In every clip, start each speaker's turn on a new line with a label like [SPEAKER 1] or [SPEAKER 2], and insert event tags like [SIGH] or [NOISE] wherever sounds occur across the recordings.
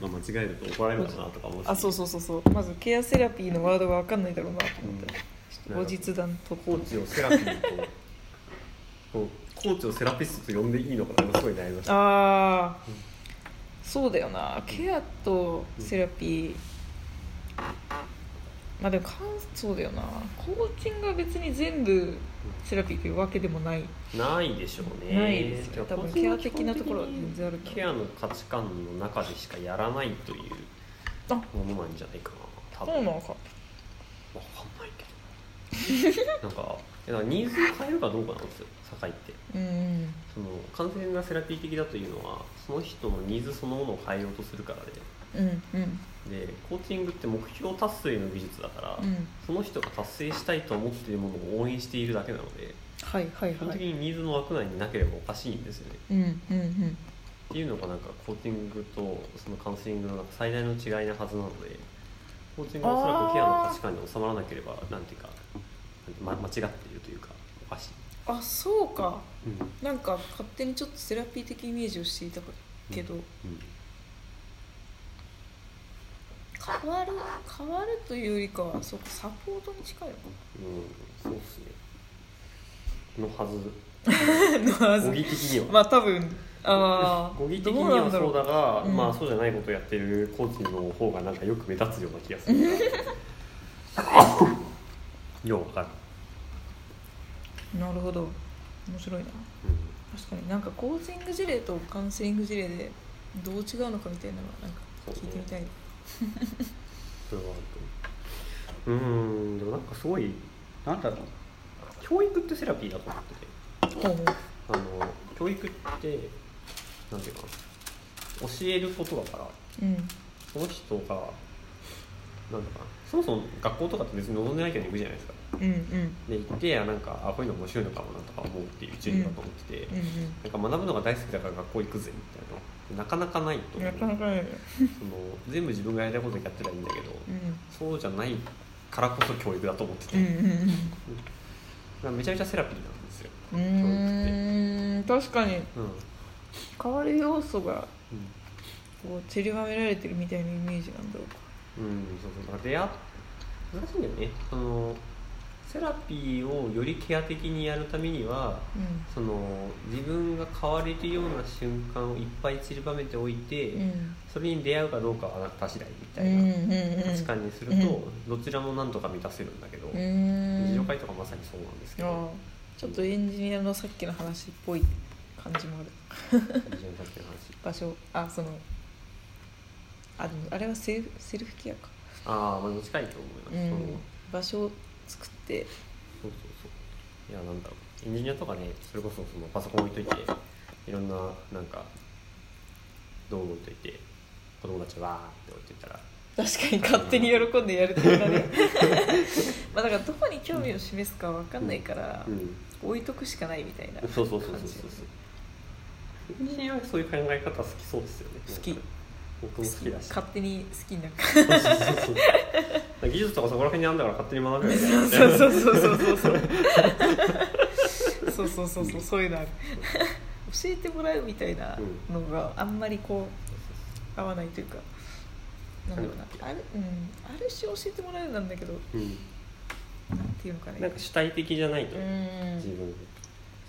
[SPEAKER 1] 違えると怒られるのかなとか思うし
[SPEAKER 2] あそうそうそうそうまずケアセラピーのワードが分かんないだろうなと思って、ちょっと後日談と
[SPEAKER 1] コーチをセラピーとこうコーチをセラピストと呼んでいいのかなすごい悩みました
[SPEAKER 2] ああ、そうだよなケアとセラピー、まあでもかんそうだよなコーチングは別に全部セラピーというわけでもない、
[SPEAKER 1] ないでしょうね
[SPEAKER 2] ないですよ多分ケア的なところは全然あるけ
[SPEAKER 1] ケアの価値観の中でしかやらないという
[SPEAKER 2] どあ
[SPEAKER 1] ものなんじゃないかな多
[SPEAKER 2] そうな
[SPEAKER 1] 分わ
[SPEAKER 2] のか
[SPEAKER 1] かんないけどなんかいやだからニーズを変えるかどうかなんですよ境って
[SPEAKER 2] うん
[SPEAKER 1] その完全なセラピー的だというのはその人のニーズそのものを変えようとするから
[SPEAKER 2] うんうん
[SPEAKER 1] ででコーチングって目標達成の技術だから、
[SPEAKER 2] うん
[SPEAKER 1] その人が達成したいと思っているものを応援しているだけなので
[SPEAKER 2] はいはい
[SPEAKER 1] 基本
[SPEAKER 2] は
[SPEAKER 1] 的
[SPEAKER 2] い
[SPEAKER 1] にニーズの枠内になければおかしいんですよね、
[SPEAKER 2] うんうんうん
[SPEAKER 1] っていうのがなんかコーチングとそのカウンセリングのなんか最大の違いなはずなのでコーチングはおそらくケアの価値観に収まらなければなんていうか、ま、間違っているというかおかしい、
[SPEAKER 2] あそうか
[SPEAKER 1] うん
[SPEAKER 2] なんか勝手にちょっとセラピー的イメージをしていたけど、変わる変わるというよりかはそうかサポートに近いのか
[SPEAKER 1] うん、そうっすねのはず
[SPEAKER 2] [LAUGHS] な
[SPEAKER 1] 語義的には、
[SPEAKER 2] まあ多分ああ
[SPEAKER 1] 語義的にはそうだが
[SPEAKER 2] うん
[SPEAKER 1] まあそうじゃないことをやってるコーチの方がなんかよく目立つような気がするようわかる、
[SPEAKER 2] なるほど面白いな
[SPEAKER 1] うん、
[SPEAKER 2] 確かになんかコーチング事例とカウンセリング事例でどう違うのかみたいなのはなんか聞いてみたい、
[SPEAKER 1] それはあると思ううんでもなんかすごいなんだろう教育ってセラピーだと思ってて
[SPEAKER 2] ほうほう
[SPEAKER 1] あの教育ってなんていうかな教えることだから
[SPEAKER 2] うん
[SPEAKER 1] その人がなんだかなそもそも学校とかって別に望んでないけど行くじゃないですか
[SPEAKER 2] うんうん
[SPEAKER 1] で行ってあなんかあこういうの面白いのかもなとか思うっていう順位だと思ってて、
[SPEAKER 2] うん
[SPEAKER 1] なんか学ぶのが大好きだから学校行くぜみたいななかなかないと
[SPEAKER 2] うん
[SPEAKER 1] 思
[SPEAKER 2] な
[SPEAKER 1] う
[SPEAKER 2] かなかないよ
[SPEAKER 1] その全部自分がやりたいことやってたらいいんだけど、
[SPEAKER 2] うん
[SPEAKER 1] そうじゃないからこそ教育だと思ってて、
[SPEAKER 2] うん
[SPEAKER 1] だか
[SPEAKER 2] うんうん
[SPEAKER 1] らめちゃめちゃセラピーなんですよ、
[SPEAKER 2] うーん確かに
[SPEAKER 1] うんうん
[SPEAKER 2] 変わる要素がこう散りばめられてるみたいなイメージなんだろうか
[SPEAKER 1] うん、そうそうだから出会っ難しいんだよねそのセラピーをよりケア的にやるためには
[SPEAKER 2] う
[SPEAKER 1] その自分が変われるような瞬間をいっぱい散りばめておいて、
[SPEAKER 2] んうん
[SPEAKER 1] それに出会うかどうかはあなた次第みたい
[SPEAKER 2] うん
[SPEAKER 1] な
[SPEAKER 2] うんうん
[SPEAKER 1] 価値観にすると、どちらも何とか満たせるんだけど、
[SPEAKER 2] う
[SPEAKER 1] 自
[SPEAKER 2] ーん
[SPEAKER 1] 助会とかまさにそうなんですけ
[SPEAKER 2] あ
[SPEAKER 1] ど
[SPEAKER 2] ーちょっとエンジニアのさっきの話っぽい感じもある
[SPEAKER 1] 自助会っていう話
[SPEAKER 2] 場所あそのあでもあれはセルフセルフケアか、
[SPEAKER 1] ああまあ近いと思
[SPEAKER 2] う
[SPEAKER 1] います、
[SPEAKER 2] ん、場所を作って
[SPEAKER 1] そうそうそういやなんだろうエンジニアとかねそれこそそのパソコン置いといていろんななんか道具置いといて子供たちわーって置いてたら
[SPEAKER 2] 確かに勝手に喜んでやるとか
[SPEAKER 1] [LAUGHS]
[SPEAKER 2] ねまあだからどこに興味を示すかわかんないから、
[SPEAKER 1] うん
[SPEAKER 2] 置いとくしかないみたいな好
[SPEAKER 1] そうそうそうそうそうエンジニアはそういう考え方好きそうですよね
[SPEAKER 2] 好き
[SPEAKER 1] 僕も好きだし
[SPEAKER 2] 勝手に好きになる
[SPEAKER 1] そう [LAUGHS] そうそうそう技術とかそこら辺にあるんだから勝手に学べよみたいな
[SPEAKER 2] そうそうそうそうそうそうそうそうそうそうそういうのある教えてもらうみたいなのがあんまりこう合わないというかなんだろうなある,、うん、ある種教えてもらうなんだけど
[SPEAKER 1] うん
[SPEAKER 2] なんていうのかね
[SPEAKER 1] なんか主体的じゃないうと、
[SPEAKER 2] ん
[SPEAKER 1] 自分で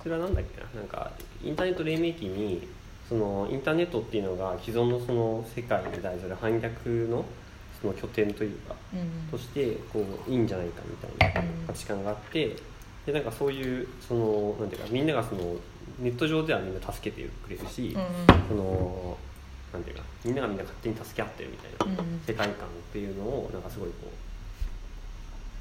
[SPEAKER 1] それはなんだっけななんかインターネット黎明期にそのインターネットっていうのが既存のその世界に対する反逆のその拠点というか
[SPEAKER 2] うん
[SPEAKER 1] としてこういいんじゃないかみたいな
[SPEAKER 2] うん
[SPEAKER 1] 価値観があってでなんかそういうそのなんていうかみんながそのネット上ではみんな助けてくれるし、そのなんていうかみんながみんな勝手に助け合ってるみたいな
[SPEAKER 2] うんうん
[SPEAKER 1] 世界観っていうのをなんかすごいこ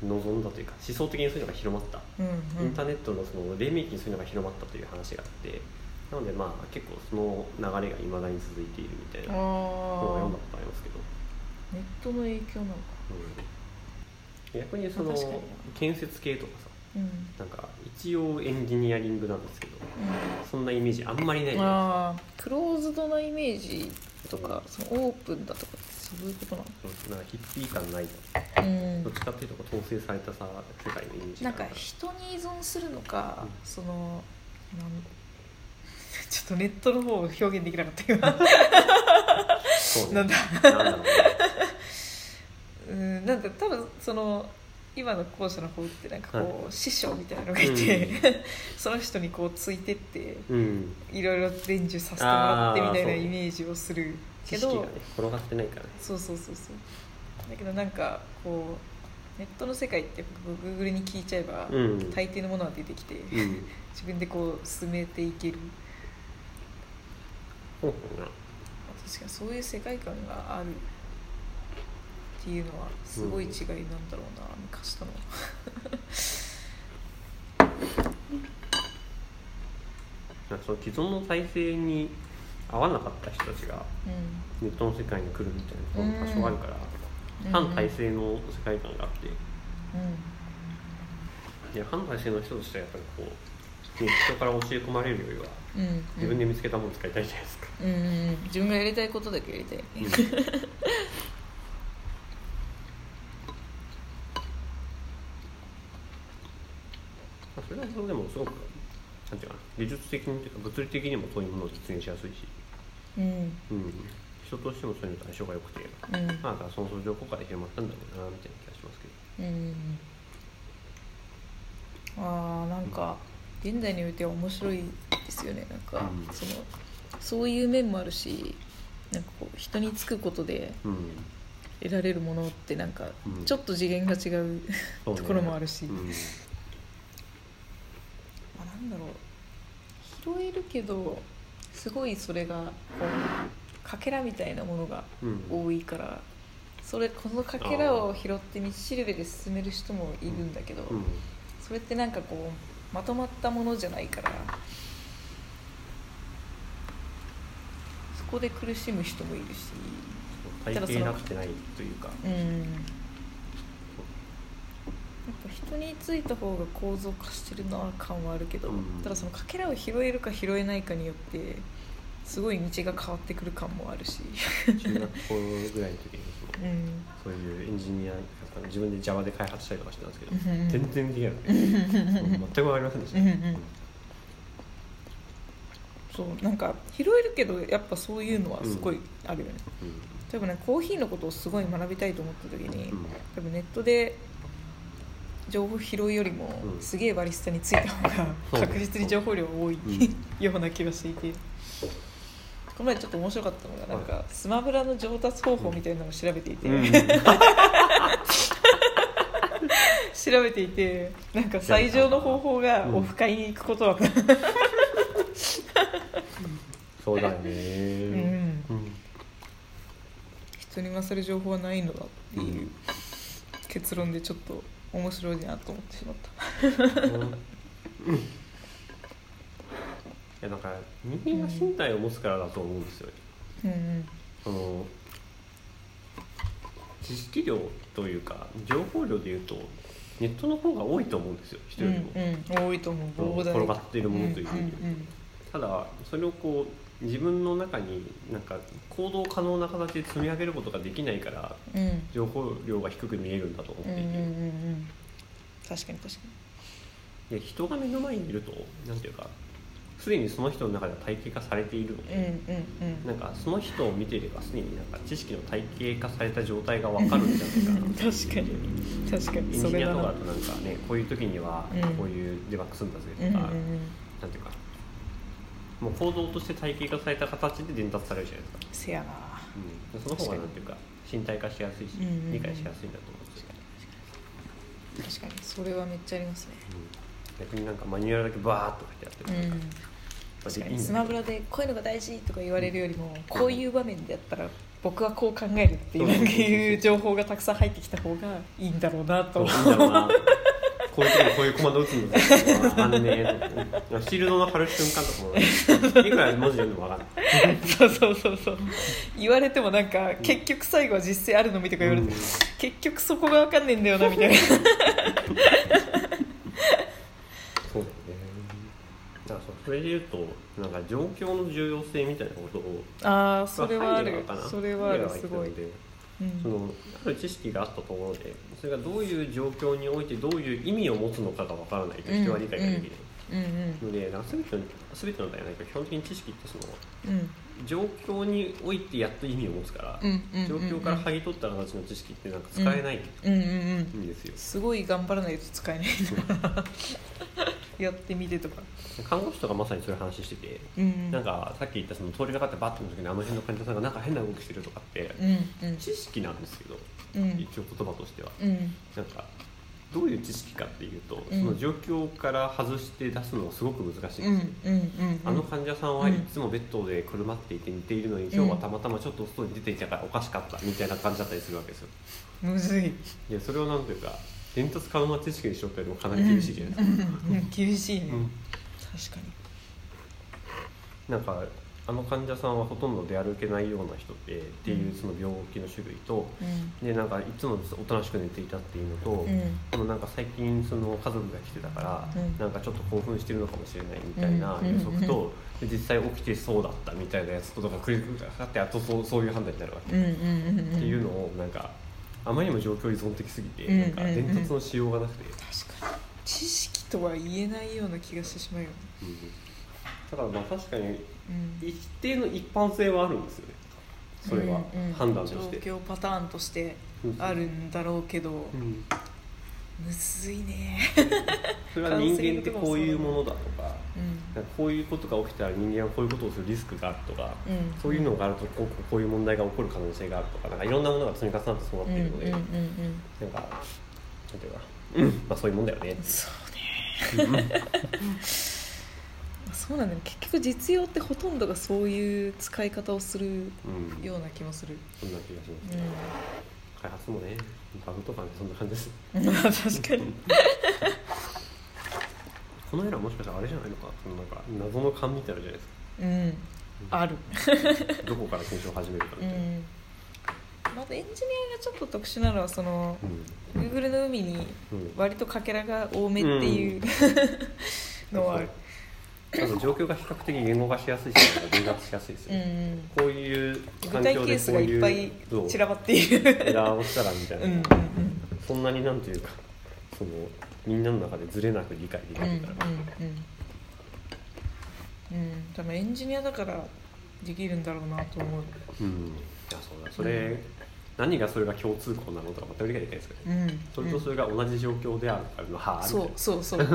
[SPEAKER 1] う望んだというか思想的にそういうのが広まった
[SPEAKER 2] うん
[SPEAKER 1] イ
[SPEAKER 2] う
[SPEAKER 1] ン
[SPEAKER 2] ん
[SPEAKER 1] ターネットのその黎明期にそういうのが広まったという話があってなのでまあ結構その流れがいまだに続いているみたいな
[SPEAKER 2] あ
[SPEAKER 1] 本を
[SPEAKER 2] ー
[SPEAKER 1] 読んだことありますけど、
[SPEAKER 2] ネットの影響なのか
[SPEAKER 1] うん逆にその
[SPEAKER 2] まあ確かに
[SPEAKER 1] 建設系とかさ
[SPEAKER 2] うんうん
[SPEAKER 1] なんか一応エンジニアリングなんですけどそんなイメージあんまりないじゃない
[SPEAKER 2] あークローズドなイメージとかそのオープンだとかってそういうことなの
[SPEAKER 1] ですかなんかヒッピー感ない
[SPEAKER 2] うん
[SPEAKER 1] どっちかっていうとこう統制されたさ世界のイメージ
[SPEAKER 2] なん
[SPEAKER 1] か
[SPEAKER 2] から人に依存するのか、
[SPEAKER 1] うん
[SPEAKER 2] その [LAUGHS] なんちょっとネットの方を表現できなかった今
[SPEAKER 1] そうね
[SPEAKER 2] [LAUGHS] なんだ
[SPEAKER 1] なんだろうね
[SPEAKER 2] うんなんか多分その今の校舎の方ってなんかこう、師匠みたいなのがいて、
[SPEAKER 1] う
[SPEAKER 2] [LAUGHS] その人にこうついてって
[SPEAKER 1] うん
[SPEAKER 2] いろいろ伝授させてもらってみたい
[SPEAKER 1] あー
[SPEAKER 2] な
[SPEAKER 1] そう
[SPEAKER 2] イメージをするけ
[SPEAKER 1] 知識
[SPEAKER 2] ど、
[SPEAKER 1] がね転がってないからね
[SPEAKER 2] そうそうそうそうだけどなんかこうネットの世界って僕 Google に聞いちゃえば、
[SPEAKER 1] うん
[SPEAKER 2] 大抵のものは出てきて、
[SPEAKER 1] うん
[SPEAKER 2] 自分でこう進めていける
[SPEAKER 1] そうかな
[SPEAKER 2] 確かにそういう世界観があるっていうのはすごい違いなんだろうな、昔との
[SPEAKER 1] なんかその既存の体制に合わなかった人たちが
[SPEAKER 2] う
[SPEAKER 1] ネットの世界に来るみたいなところも多少あるから、
[SPEAKER 2] うん
[SPEAKER 1] 反体制の世界観があって、
[SPEAKER 2] んうん
[SPEAKER 1] いや反体制の人としてはやっぱりこう、ね、人から教え込まれるよりは
[SPEAKER 2] うんうん
[SPEAKER 1] 自分で見つけたもの使いたいじゃないですか、
[SPEAKER 2] うんうんうん自分がやりたいことだけやりたい、
[SPEAKER 1] うんまあそれはそれでもすごくなんていうかな技術的にというか物理的にもそういうものを実現しやすいし、
[SPEAKER 2] うんうん
[SPEAKER 1] うん、人としてもそういうのと相性が良くて、
[SPEAKER 2] うん
[SPEAKER 1] まあ、だからその相乗効果で広まったんだろうなみたいな気がしますけど。
[SPEAKER 2] うんあーなんか現代においては面白いですよねなんか、
[SPEAKER 1] うん
[SPEAKER 2] そのそういう面もあるしなんかこう人につくことで
[SPEAKER 1] うん
[SPEAKER 2] 得られるものってなんか
[SPEAKER 1] うん
[SPEAKER 2] ちょっと次元が違う、
[SPEAKER 1] そうね
[SPEAKER 2] ところもあるし
[SPEAKER 1] うん
[SPEAKER 2] あなんだろう拾えるけどすごいそれがこうかけらみたいなものが
[SPEAKER 1] うん
[SPEAKER 2] 多いからそれこのかけらを拾って道しるべで進める人もいるんだけど、
[SPEAKER 1] うん
[SPEAKER 2] それってなんかこうまとまったものじゃないからそこで苦しむ人もいるし
[SPEAKER 1] 体系なくてないというか
[SPEAKER 2] うんやっぱ人についた方が構造化してるな感はあるけど、
[SPEAKER 1] うん
[SPEAKER 2] ただそのかけらを拾えるか拾えないかによってすごい道が変わってくる感もあるし、
[SPEAKER 1] 中学校ぐらいの時にその
[SPEAKER 2] うん、
[SPEAKER 1] そういうエンジニアだったの自分で Java で開発したりとかしてたんですけど
[SPEAKER 2] うんうん
[SPEAKER 1] 全然できなくて全く分かりませんでした
[SPEAKER 2] うんうんそうなんか拾えるけどやっぱそういうのはすごいあるよね、
[SPEAKER 1] うん
[SPEAKER 2] 例えばねコーヒーのことをすごい学びたいと思った時に、
[SPEAKER 1] うん
[SPEAKER 2] 多分ネットで情報拾うよりも、
[SPEAKER 1] うん
[SPEAKER 2] すげえバリスタについた方
[SPEAKER 1] そう
[SPEAKER 2] が確実に情報量多い、
[SPEAKER 1] う
[SPEAKER 2] ような気がしていてこの前ちょっと面白かったのがなんかスマブラの上達方法みたいなのを調べていて、
[SPEAKER 1] うん
[SPEAKER 2] 調べていてなんか最上の方法が
[SPEAKER 1] うん
[SPEAKER 2] オフ会に行くことだった、
[SPEAKER 1] そうだよね
[SPEAKER 2] ん
[SPEAKER 1] うん
[SPEAKER 2] 人に勝る情報はないのだっていう結論でちょっと面白いなと思ってしまった。
[SPEAKER 1] うんいやだから人間が身体を持つからだと思うんですよね
[SPEAKER 2] うんうん
[SPEAKER 1] その知識量というか情報量でいうとネットの方が多いと思うんですよ人よりも、
[SPEAKER 2] うんうん、多いと思う膨大
[SPEAKER 1] 転がっているものというより
[SPEAKER 2] んん
[SPEAKER 1] ただそれをこう自分の中になんか行動可能な形で積み上げることができないから
[SPEAKER 2] うんうん
[SPEAKER 1] 情報量が低く見えるんだと思っ
[SPEAKER 2] うんう
[SPEAKER 1] ていて、
[SPEAKER 2] んうんうん確かに確か
[SPEAKER 1] で人が目の前にいるとなんていうかすでにその人の中では体系化されているの
[SPEAKER 2] にうん
[SPEAKER 1] で、
[SPEAKER 2] うんう
[SPEAKER 1] なんんかその人を見ていればすでになんか知識の体系化された状態がわかるんじゃないかな
[SPEAKER 2] [LAUGHS] 確かに確か
[SPEAKER 1] エ
[SPEAKER 2] に
[SPEAKER 1] ン
[SPEAKER 2] そ
[SPEAKER 1] ジ
[SPEAKER 2] れ
[SPEAKER 1] ニア
[SPEAKER 2] だ
[SPEAKER 1] とかだ
[SPEAKER 2] な
[SPEAKER 1] となんかねこういう時には
[SPEAKER 2] うん
[SPEAKER 1] こういうデバッグするんだぜ
[SPEAKER 2] うんう
[SPEAKER 1] と
[SPEAKER 2] ん
[SPEAKER 1] か、なんていうかもう行動として体系化された形で伝達されるじゃないですか
[SPEAKER 2] せやな
[SPEAKER 1] うん、その方がなんていうか身体化しやすいし、
[SPEAKER 2] うんうんうん
[SPEAKER 1] 理解しやすいんだと思うんですよ、
[SPEAKER 2] 確かにそれはめっちゃありますね
[SPEAKER 1] うん、逆になんかマニュアルだけバーっと書いてあって
[SPEAKER 2] う
[SPEAKER 1] もなんか
[SPEAKER 2] ん確かにスマブラでこういうのが大事とか言われるよりもこういう場面でやったら僕はこう考えるっていうなんかいう情報がたくさん入ってきた方がいいんだろうなと
[SPEAKER 1] そういう
[SPEAKER 2] 思
[SPEAKER 1] いんだろうなこういう時にこういうコマンド打つんだとかあんねーとかシールドの貼る瞬間とかもいくら文字読んでも分かんない
[SPEAKER 2] そうそうそうそう言われてもなんか結局最後は実際あるのみとか言われて、
[SPEAKER 1] うん
[SPEAKER 2] 結局そこが分かんねえんだよなみたいな
[SPEAKER 1] そうだねだからそうそれで言うとなんか状況の重要性みたいなことを
[SPEAKER 2] ああそれはあ
[SPEAKER 1] 入
[SPEAKER 2] る
[SPEAKER 1] ってのかな
[SPEAKER 2] それはある
[SPEAKER 1] 入っ
[SPEAKER 2] す
[SPEAKER 1] てた
[SPEAKER 2] ごい
[SPEAKER 1] の、で
[SPEAKER 2] う
[SPEAKER 1] そ
[SPEAKER 2] ん、
[SPEAKER 1] のある知識があったところでそれがどういう状況においてどういう意味を持つのかがわからないと人は理解ができない、
[SPEAKER 2] うんうん
[SPEAKER 1] のでなんか全ての全ての大学は基本的に知識ってその
[SPEAKER 2] うん
[SPEAKER 1] 状況においてやっと意味を持つから、
[SPEAKER 2] うんうん
[SPEAKER 1] 状況から剥ぎ取った形の知識ってなんか使えない
[SPEAKER 2] うんうんうん
[SPEAKER 1] んですよ、
[SPEAKER 2] すごい頑張らないと使えないな [LAUGHS] やってみてとか
[SPEAKER 1] 看護師とかまさにそういう話してて、
[SPEAKER 2] うん
[SPEAKER 1] なんかさっき言ったその通りがかってバッとの時にあの辺の患者さんがなんか変な動きしてるとかって、
[SPEAKER 2] うんうん
[SPEAKER 1] 知識なんですけど、
[SPEAKER 2] うん
[SPEAKER 1] 一応言葉としては
[SPEAKER 2] うん
[SPEAKER 1] なんかどういう知識かっていうと、
[SPEAKER 2] うん
[SPEAKER 1] その状況から外して出すのはすごく難しいんです
[SPEAKER 2] う
[SPEAKER 1] よ、
[SPEAKER 2] んうんうん
[SPEAKER 1] あの患者さんはいつもベッドでくるまっていて似ているのに、今日はたまたまちょっと外に出ていたからおかしかったみたいな感じだったりするわけですよ
[SPEAKER 2] むずい
[SPEAKER 1] いやそれをなんていうか伝達可能な知識にしろってもかなり厳しいじゃないですか、
[SPEAKER 2] うんうん厳しいね
[SPEAKER 1] うん
[SPEAKER 2] 確かに
[SPEAKER 1] なんかあの患者さんはほとんど出歩けないような人でっていうその病気の種類と、
[SPEAKER 2] うん
[SPEAKER 1] でなんかいつもおとなしく寝ていたっていうのと、
[SPEAKER 2] うん
[SPEAKER 1] でもなんか最近その家族が来てたから、
[SPEAKER 2] うん
[SPEAKER 1] なんかちょっと興奮してるのかもしれないみたいな
[SPEAKER 2] うん
[SPEAKER 1] 予測
[SPEAKER 2] うん
[SPEAKER 1] と、で実際起きてそうだったみたいなやつとかが繰り返さってあとそうそういう判断になるわけ、
[SPEAKER 2] うんうんうんうん
[SPEAKER 1] っていうのをなんかあまりにも状況依存的すぎて、
[SPEAKER 2] うん
[SPEAKER 1] なんか伝達のしようがなくて、
[SPEAKER 2] 確かに知識とは言えないような気がしてしまうよね
[SPEAKER 1] うんだからまあ確かに
[SPEAKER 2] うん
[SPEAKER 1] 一定の一般性はあるんですよねそれは
[SPEAKER 2] うんうん
[SPEAKER 1] 判断として、
[SPEAKER 2] 状況パターンとして
[SPEAKER 1] うん
[SPEAKER 2] あるんだろうけどむ
[SPEAKER 1] うん
[SPEAKER 2] ずいね
[SPEAKER 1] それは人間ってこういうものだとか
[SPEAKER 2] うん
[SPEAKER 1] なんかこういうことが起きたら人間はこういうことをするリスクがあるとか、
[SPEAKER 2] うん
[SPEAKER 1] そういうのがあるとこうこういう問題が起こる可能性があるとかなんかいろんなものが積み重なってそうなっ
[SPEAKER 2] う
[SPEAKER 1] て
[SPEAKER 2] んう
[SPEAKER 1] い
[SPEAKER 2] ん
[SPEAKER 1] るので、
[SPEAKER 2] うん
[SPEAKER 1] なんかなんていうか、うんまあ、そういうもんだよね
[SPEAKER 2] う、んそうねそうなんだよ結局実用ってほとんどがそういう使い方をする
[SPEAKER 1] うん、
[SPEAKER 2] ような気もする
[SPEAKER 1] そんな気がします、
[SPEAKER 2] うん
[SPEAKER 1] 開発もねバグとかねそんな感じです
[SPEAKER 2] 確かに
[SPEAKER 1] このエラーもしかしたらあれじゃないのかそのなんか謎の勘みたいなのある
[SPEAKER 2] うんある
[SPEAKER 1] じゃないですかどこから検証を始めるかみ
[SPEAKER 2] う
[SPEAKER 1] たいな、
[SPEAKER 2] んまたエンジニアがちょっと特殊なのはその
[SPEAKER 1] うん
[SPEAKER 2] Google の海に
[SPEAKER 1] うん
[SPEAKER 2] 割とかけらが多めっていう、 [LAUGHS] のはある
[SPEAKER 1] そうそうあと状況が比較的言語化しやすいし分割しやすいです
[SPEAKER 2] うん
[SPEAKER 1] よね、こういう
[SPEAKER 2] 具
[SPEAKER 1] 環
[SPEAKER 2] 体
[SPEAKER 1] 境
[SPEAKER 2] ケ
[SPEAKER 1] で
[SPEAKER 2] ース
[SPEAKER 1] こう
[SPEAKER 2] がい
[SPEAKER 1] い
[SPEAKER 2] っ
[SPEAKER 1] う
[SPEAKER 2] ぱい
[SPEAKER 1] どう
[SPEAKER 2] 散らばっている
[SPEAKER 1] エラーをしたらみたいな、
[SPEAKER 2] うんうん
[SPEAKER 1] そんなになんていうかそのみんなの中でずれなく理解でき
[SPEAKER 2] うんうんうん
[SPEAKER 1] るから、
[SPEAKER 2] うんうん多分エンジニアだからできるんだろうなと思う
[SPEAKER 1] うんいやそうだそれ、何がそれが共通項なのとか全く理解できないですからね、
[SPEAKER 2] うん
[SPEAKER 1] それとそれが同じ状況であるからのはあみたい
[SPEAKER 2] そう
[SPEAKER 1] な
[SPEAKER 2] そうそう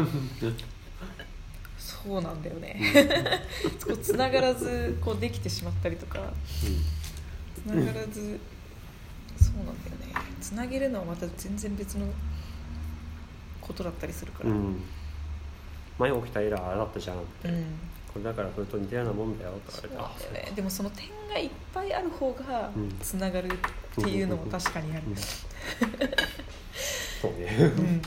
[SPEAKER 2] そうなんだよねこうつながらずこうできてしまったりとかつながらず、そうなんだよねつなげるのはまた全然別のことだったりする
[SPEAKER 1] う
[SPEAKER 2] か
[SPEAKER 1] ん、
[SPEAKER 2] ら
[SPEAKER 1] うん前起きたエラーあれだったじゃんみた
[SPEAKER 2] う
[SPEAKER 1] いな、
[SPEAKER 2] ん
[SPEAKER 1] これだからそれと似たようなもんだよとか
[SPEAKER 2] そう
[SPEAKER 1] 言
[SPEAKER 2] な
[SPEAKER 1] わ
[SPEAKER 2] ん
[SPEAKER 1] れ
[SPEAKER 2] だ
[SPEAKER 1] て
[SPEAKER 2] よねでもその点がいっぱいある方が
[SPEAKER 1] うん
[SPEAKER 2] つながるっていうのも確かにある、
[SPEAKER 1] うん [LAUGHS] そうね、
[SPEAKER 2] うん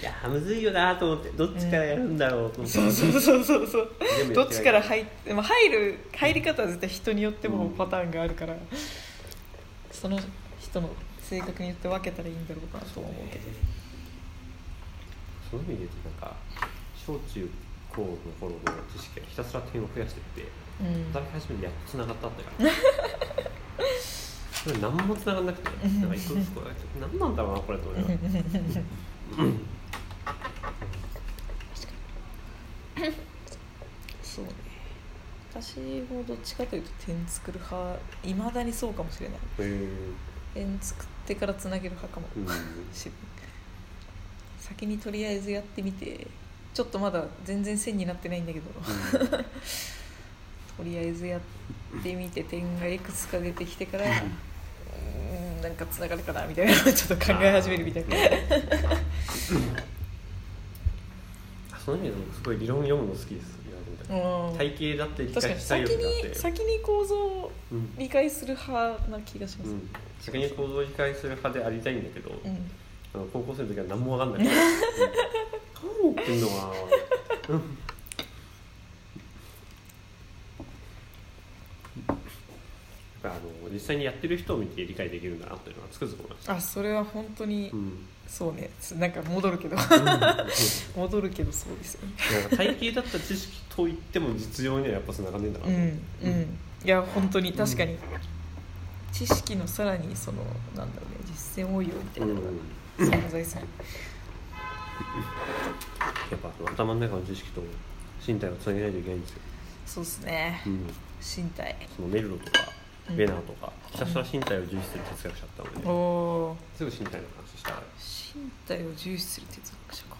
[SPEAKER 1] いやーむずいよなと思ってどっちからやるんだろうと思って、
[SPEAKER 2] そうそうそうそうそう
[SPEAKER 1] 全部やて
[SPEAKER 2] ど
[SPEAKER 1] ない
[SPEAKER 2] っちから入って、まあ、入る入り方は絶対人によってもパターンがあるから、その人の性格によって分けたらいいんだろうなと
[SPEAKER 1] そう
[SPEAKER 2] は
[SPEAKER 1] ね
[SPEAKER 2] 思うけど
[SPEAKER 1] その意味で言うとなんか小中高の頃の知識がひたすら点を増やしてって
[SPEAKER 2] うん
[SPEAKER 1] 働き始めてやっとつながった
[SPEAKER 2] [LAUGHS]
[SPEAKER 1] って感じそれ何もつながんなくてなんか一個ずつこれ何なんだろうなこれと思いながら
[SPEAKER 2] そうね私もどっちかというと点作る派いまだにそうかもしれない
[SPEAKER 1] へー
[SPEAKER 2] 点作ってからつなげる派かも
[SPEAKER 1] うん
[SPEAKER 2] しれない先にとりあえずやってみてちょっとまだ全然線になってないんだけどとりあえずやってみて点がいくつか出てきてからうーんなんかつながるかなみたいなのをちょっと考え始めるみ
[SPEAKER 1] [LAUGHS]
[SPEAKER 2] たいな
[SPEAKER 1] あその意味でもすごい理論読むの好きです言われてみたら
[SPEAKER 2] うん
[SPEAKER 1] 体型だって理
[SPEAKER 2] 確か
[SPEAKER 1] 解
[SPEAKER 2] に
[SPEAKER 1] したい
[SPEAKER 2] 先
[SPEAKER 1] よりだっ
[SPEAKER 2] に
[SPEAKER 1] て
[SPEAKER 2] 先に構造を
[SPEAKER 1] うん
[SPEAKER 2] 理解する派な気がします、
[SPEAKER 1] うん先に行動を理解する派でありたいんだけど、
[SPEAKER 2] うん
[SPEAKER 1] あの高校生の時は何も分かん
[SPEAKER 2] [LAUGHS]
[SPEAKER 1] ないからうん何言ってんのかなやっぱあの実際にやってる人を見て理解できるんだなというのはつくづく思いました、
[SPEAKER 2] あそれは本当に
[SPEAKER 1] うん
[SPEAKER 2] そうねつなんか戻るけど [LAUGHS] 戻るけどそうですよね
[SPEAKER 1] なんか体型だった知識といっても実用にはやっぱつながんねえんだな
[SPEAKER 2] う
[SPEAKER 1] と思って
[SPEAKER 2] んうんいや本当に確かに、知識のさらにそのなんだろうね実践応用みたいなのが存在す
[SPEAKER 1] そ
[SPEAKER 2] る、
[SPEAKER 1] うやっぱ頭の中の知識と身体をつなげないといけないんですよ、
[SPEAKER 2] そうっすね
[SPEAKER 1] うん、
[SPEAKER 2] 身体
[SPEAKER 1] そのメルロとか
[SPEAKER 2] うん
[SPEAKER 1] ベナーとかひたすら身体を重視する哲学者だったので、
[SPEAKER 2] おお
[SPEAKER 1] すぐ身体の話したら
[SPEAKER 2] ー身体を重視する哲学者か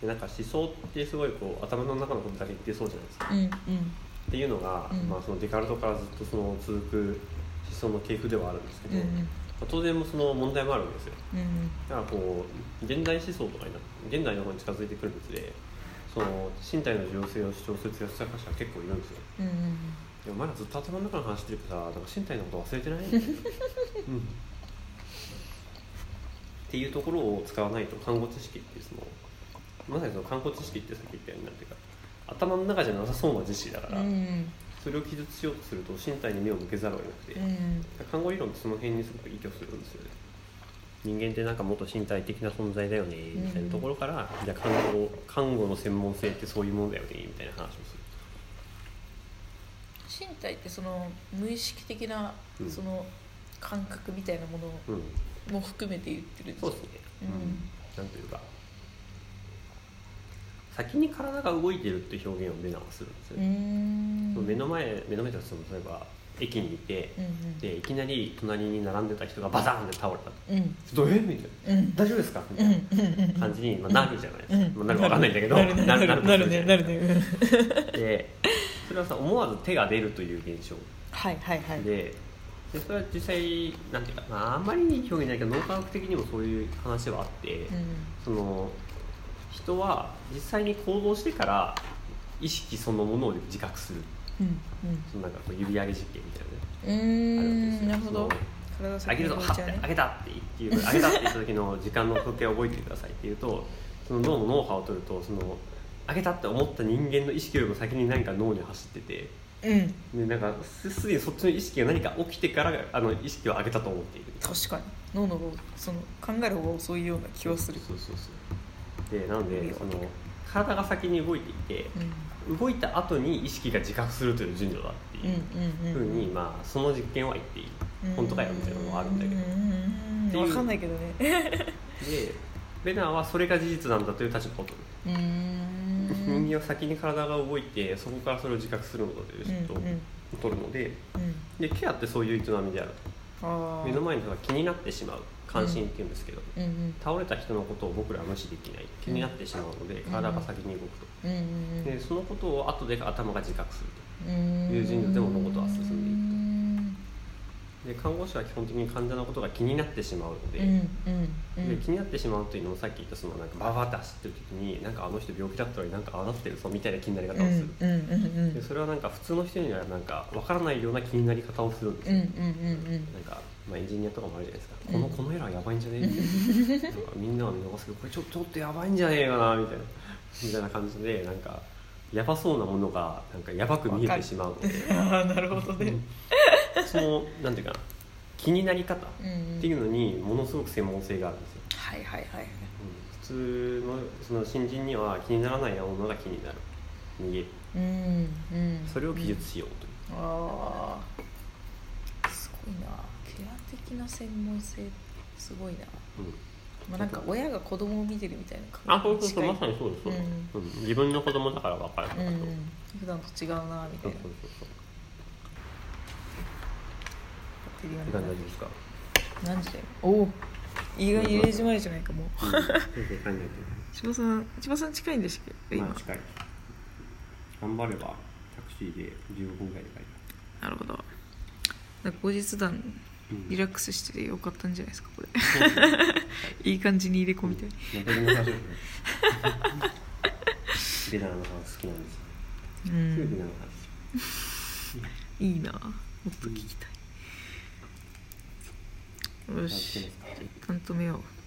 [SPEAKER 1] でなんか思想ってすごいこう頭の中のことだけ言ってそうじゃないですか
[SPEAKER 2] うんうん
[SPEAKER 1] っていうのが、
[SPEAKER 2] うん
[SPEAKER 1] まあ、そのデカルトからずっとその続く思想の系譜ではあるんですけ
[SPEAKER 2] う
[SPEAKER 1] ど、
[SPEAKER 2] んう
[SPEAKER 1] ま
[SPEAKER 2] ん
[SPEAKER 1] あ当然もその問題もあるんですよ
[SPEAKER 2] うん
[SPEAKER 1] だからこう現代思想とかにな現代の方に近づいてくるにつれその身体の重要性を主張する哲学者は結構いるんですよ
[SPEAKER 2] うんうん
[SPEAKER 1] でもお前らずっと頭の中の話してるからさなんか身体のこと忘れて
[SPEAKER 2] [LAUGHS]
[SPEAKER 1] ない、うん、っていうところを使わないと看護知識っていうそのまさにその看護知識ってさっき言ったようになんていうか頭の中じゃなさそうな知識だから、
[SPEAKER 2] うん
[SPEAKER 1] それを記述しようとすると身体に目を向けざるを得なくて、
[SPEAKER 2] うん
[SPEAKER 1] 看護理論ってその辺にすごく依拠するんですよね人間ってなんかもっと身体的な存在だよねみたいなところから、じゃあ看護看護の専門性ってそういうものだよねみたいな話をする
[SPEAKER 2] 身体ってその無意識的な
[SPEAKER 1] うん
[SPEAKER 2] その感覚みたいなもの
[SPEAKER 1] うん
[SPEAKER 2] も含めて言ってるんです
[SPEAKER 1] そう
[SPEAKER 2] よ
[SPEAKER 1] ですね、
[SPEAKER 2] うん
[SPEAKER 1] なんというか先に体が動いてるっていう表現をベナーはするんですよ
[SPEAKER 2] うー
[SPEAKER 1] ね、
[SPEAKER 2] ん
[SPEAKER 1] その目の前目の前だとその例えば駅にいて、
[SPEAKER 2] うんうん
[SPEAKER 1] でいきなり隣に並んでた人がバタンって倒れた
[SPEAKER 2] うん
[SPEAKER 1] 「どうえみたいな
[SPEAKER 2] うん
[SPEAKER 1] 「大丈夫ですか?」み
[SPEAKER 2] う
[SPEAKER 1] たい
[SPEAKER 2] ん
[SPEAKER 1] な、
[SPEAKER 2] うんうん
[SPEAKER 1] 感じに、まあ、なるじゃないですか、ま
[SPEAKER 2] う
[SPEAKER 1] あ、なるわかんないんだけど
[SPEAKER 2] なるねなるねなる
[SPEAKER 1] じゃ
[SPEAKER 2] ね
[SPEAKER 1] い
[SPEAKER 2] なるねうん
[SPEAKER 1] でそれはさ思わず手が出るという現象
[SPEAKER 2] はいはいはい
[SPEAKER 1] ででそれは実際なんていうか、まあ、あんまりいい表現じゃないけど脳科学的にもそういう話はあって、
[SPEAKER 2] うん
[SPEAKER 1] その人は実際に行動してから意識そのものを自覚する
[SPEAKER 2] うん
[SPEAKER 1] そのなんかこう指上げ実験みたいなね
[SPEAKER 2] うんうー
[SPEAKER 1] あるんです
[SPEAKER 2] ん
[SPEAKER 1] よ
[SPEAKER 2] なるほど
[SPEAKER 1] その
[SPEAKER 2] 体を先
[SPEAKER 1] 上げる
[SPEAKER 2] に
[SPEAKER 1] ぞ、
[SPEAKER 2] 置い
[SPEAKER 1] はっ
[SPEAKER 2] ち
[SPEAKER 1] て
[SPEAKER 2] ゃうね
[SPEAKER 1] 上げたって言って上げたって言った時の時間の時計を覚えてくださいって言うとその脳の脳波を取るとその上げたって思った人間の意識よりも先に何か脳に走ってて
[SPEAKER 2] うん
[SPEAKER 1] でなんかすすでにそっちの意識が何か起きてからあの意識を上げたと思っている
[SPEAKER 2] 確かに脳の方その考える方が遅いような気はする
[SPEAKER 1] そうそうそうでなの
[SPEAKER 2] いい
[SPEAKER 1] で
[SPEAKER 2] よ
[SPEAKER 1] その体が先に動いていて
[SPEAKER 2] うん
[SPEAKER 1] 動いた後に意識が自覚するという順序だって
[SPEAKER 2] うん
[SPEAKER 1] いう
[SPEAKER 2] うん
[SPEAKER 1] ふう
[SPEAKER 2] うん
[SPEAKER 1] に、まあ、その実験は言っている本当かよみたいなのもあるんだけどって
[SPEAKER 2] ど
[SPEAKER 1] いう
[SPEAKER 2] 分かんないけどね
[SPEAKER 1] でベナーはそれが事実なんだという立場を取る
[SPEAKER 2] うーん
[SPEAKER 1] 人間は先に体が動いてそこからそれを自覚するのだという
[SPEAKER 2] うん
[SPEAKER 1] 人を
[SPEAKER 2] うん
[SPEAKER 1] 取るので,、
[SPEAKER 2] うん
[SPEAKER 1] でケアってそういう営みである
[SPEAKER 2] ああ
[SPEAKER 1] 目の前の人が気になってしまう関心っていうんですけど、
[SPEAKER 2] うんうん
[SPEAKER 1] 倒れた人のことを僕らは無視できない気になってしまうので
[SPEAKER 2] うん
[SPEAKER 1] 体が先に動くと、
[SPEAKER 2] うんうん
[SPEAKER 1] でそのことを後で頭が自覚する
[SPEAKER 2] うん
[SPEAKER 1] 友人でも物事は進
[SPEAKER 2] ん
[SPEAKER 1] とで看護師は基本的に患者のことが気になってしまうので,、
[SPEAKER 2] うんうんうん
[SPEAKER 1] で気になってしまうというのもさっき言ったそのなんかバーバーって走ってる時になんかあの人病気だったのになんかああなってるぞみたいな気になり方をす
[SPEAKER 2] う
[SPEAKER 1] る、
[SPEAKER 2] んうんうんうん
[SPEAKER 1] でそれはなんか普通の人にはなんかわからないような気になり方をするんです
[SPEAKER 2] うんう
[SPEAKER 1] よ、
[SPEAKER 2] んうん
[SPEAKER 1] [LAUGHS] なんか、まあ、エンジニアとかもあるじゃないですか、
[SPEAKER 2] うん
[SPEAKER 1] このこのエラーやばいんじゃねえなんかみんなは見逃すけどこれちょちょっとやばいんじゃねえかなみたいなみたいな感じでなんかやばそうなものがなんかやばく見えてしまうので
[SPEAKER 2] うんああなるほどね
[SPEAKER 1] そのなんていうかな気になり方
[SPEAKER 2] うんうん
[SPEAKER 1] っていうのにものすごく専門性があるんですよ、
[SPEAKER 2] はいはいはい
[SPEAKER 1] うん普通のその新人には気にならないものが気になる逃げる
[SPEAKER 2] うんうん
[SPEAKER 1] それを記述しようという。
[SPEAKER 2] ああすごいなケア的な専門性すごいな、
[SPEAKER 1] うん
[SPEAKER 2] まあ、なんか親が子供を見てるみたいな
[SPEAKER 1] あそ
[SPEAKER 2] 感
[SPEAKER 1] うそう
[SPEAKER 2] じ
[SPEAKER 1] そうまさにそうですそうです、うん自分の子供だから分かる
[SPEAKER 2] うん
[SPEAKER 1] な
[SPEAKER 2] う
[SPEAKER 1] と
[SPEAKER 2] ん普段と違うなみた
[SPEAKER 1] そう
[SPEAKER 2] い
[SPEAKER 1] そう
[SPEAKER 2] な
[SPEAKER 1] そうそう
[SPEAKER 2] テレビ
[SPEAKER 1] 時間
[SPEAKER 2] 読んで
[SPEAKER 1] 大丈夫ですか
[SPEAKER 2] 何時だよおお意外に0時前じゃないかもう
[SPEAKER 1] 全然考
[SPEAKER 2] 千葉さん千葉さん近いんでしたっ
[SPEAKER 1] え
[SPEAKER 2] け
[SPEAKER 1] てま
[SPEAKER 2] 今
[SPEAKER 1] あ近い頑張ればタクシーで15分ぐらいで帰る
[SPEAKER 2] なるほどなんか後日談
[SPEAKER 1] うん
[SPEAKER 2] リラックスしててよかったんじゃないですかこ [LAUGHS] れいい感じに入れ込みたい
[SPEAKER 1] 残りの話をベナーの話好きなんですよ
[SPEAKER 2] う
[SPEAKER 1] すぐベ
[SPEAKER 2] ん
[SPEAKER 1] ナーの
[SPEAKER 2] いいなもっと聞きたいよ
[SPEAKER 1] 話聞
[SPEAKER 2] し
[SPEAKER 1] きますか
[SPEAKER 2] 一旦止めよう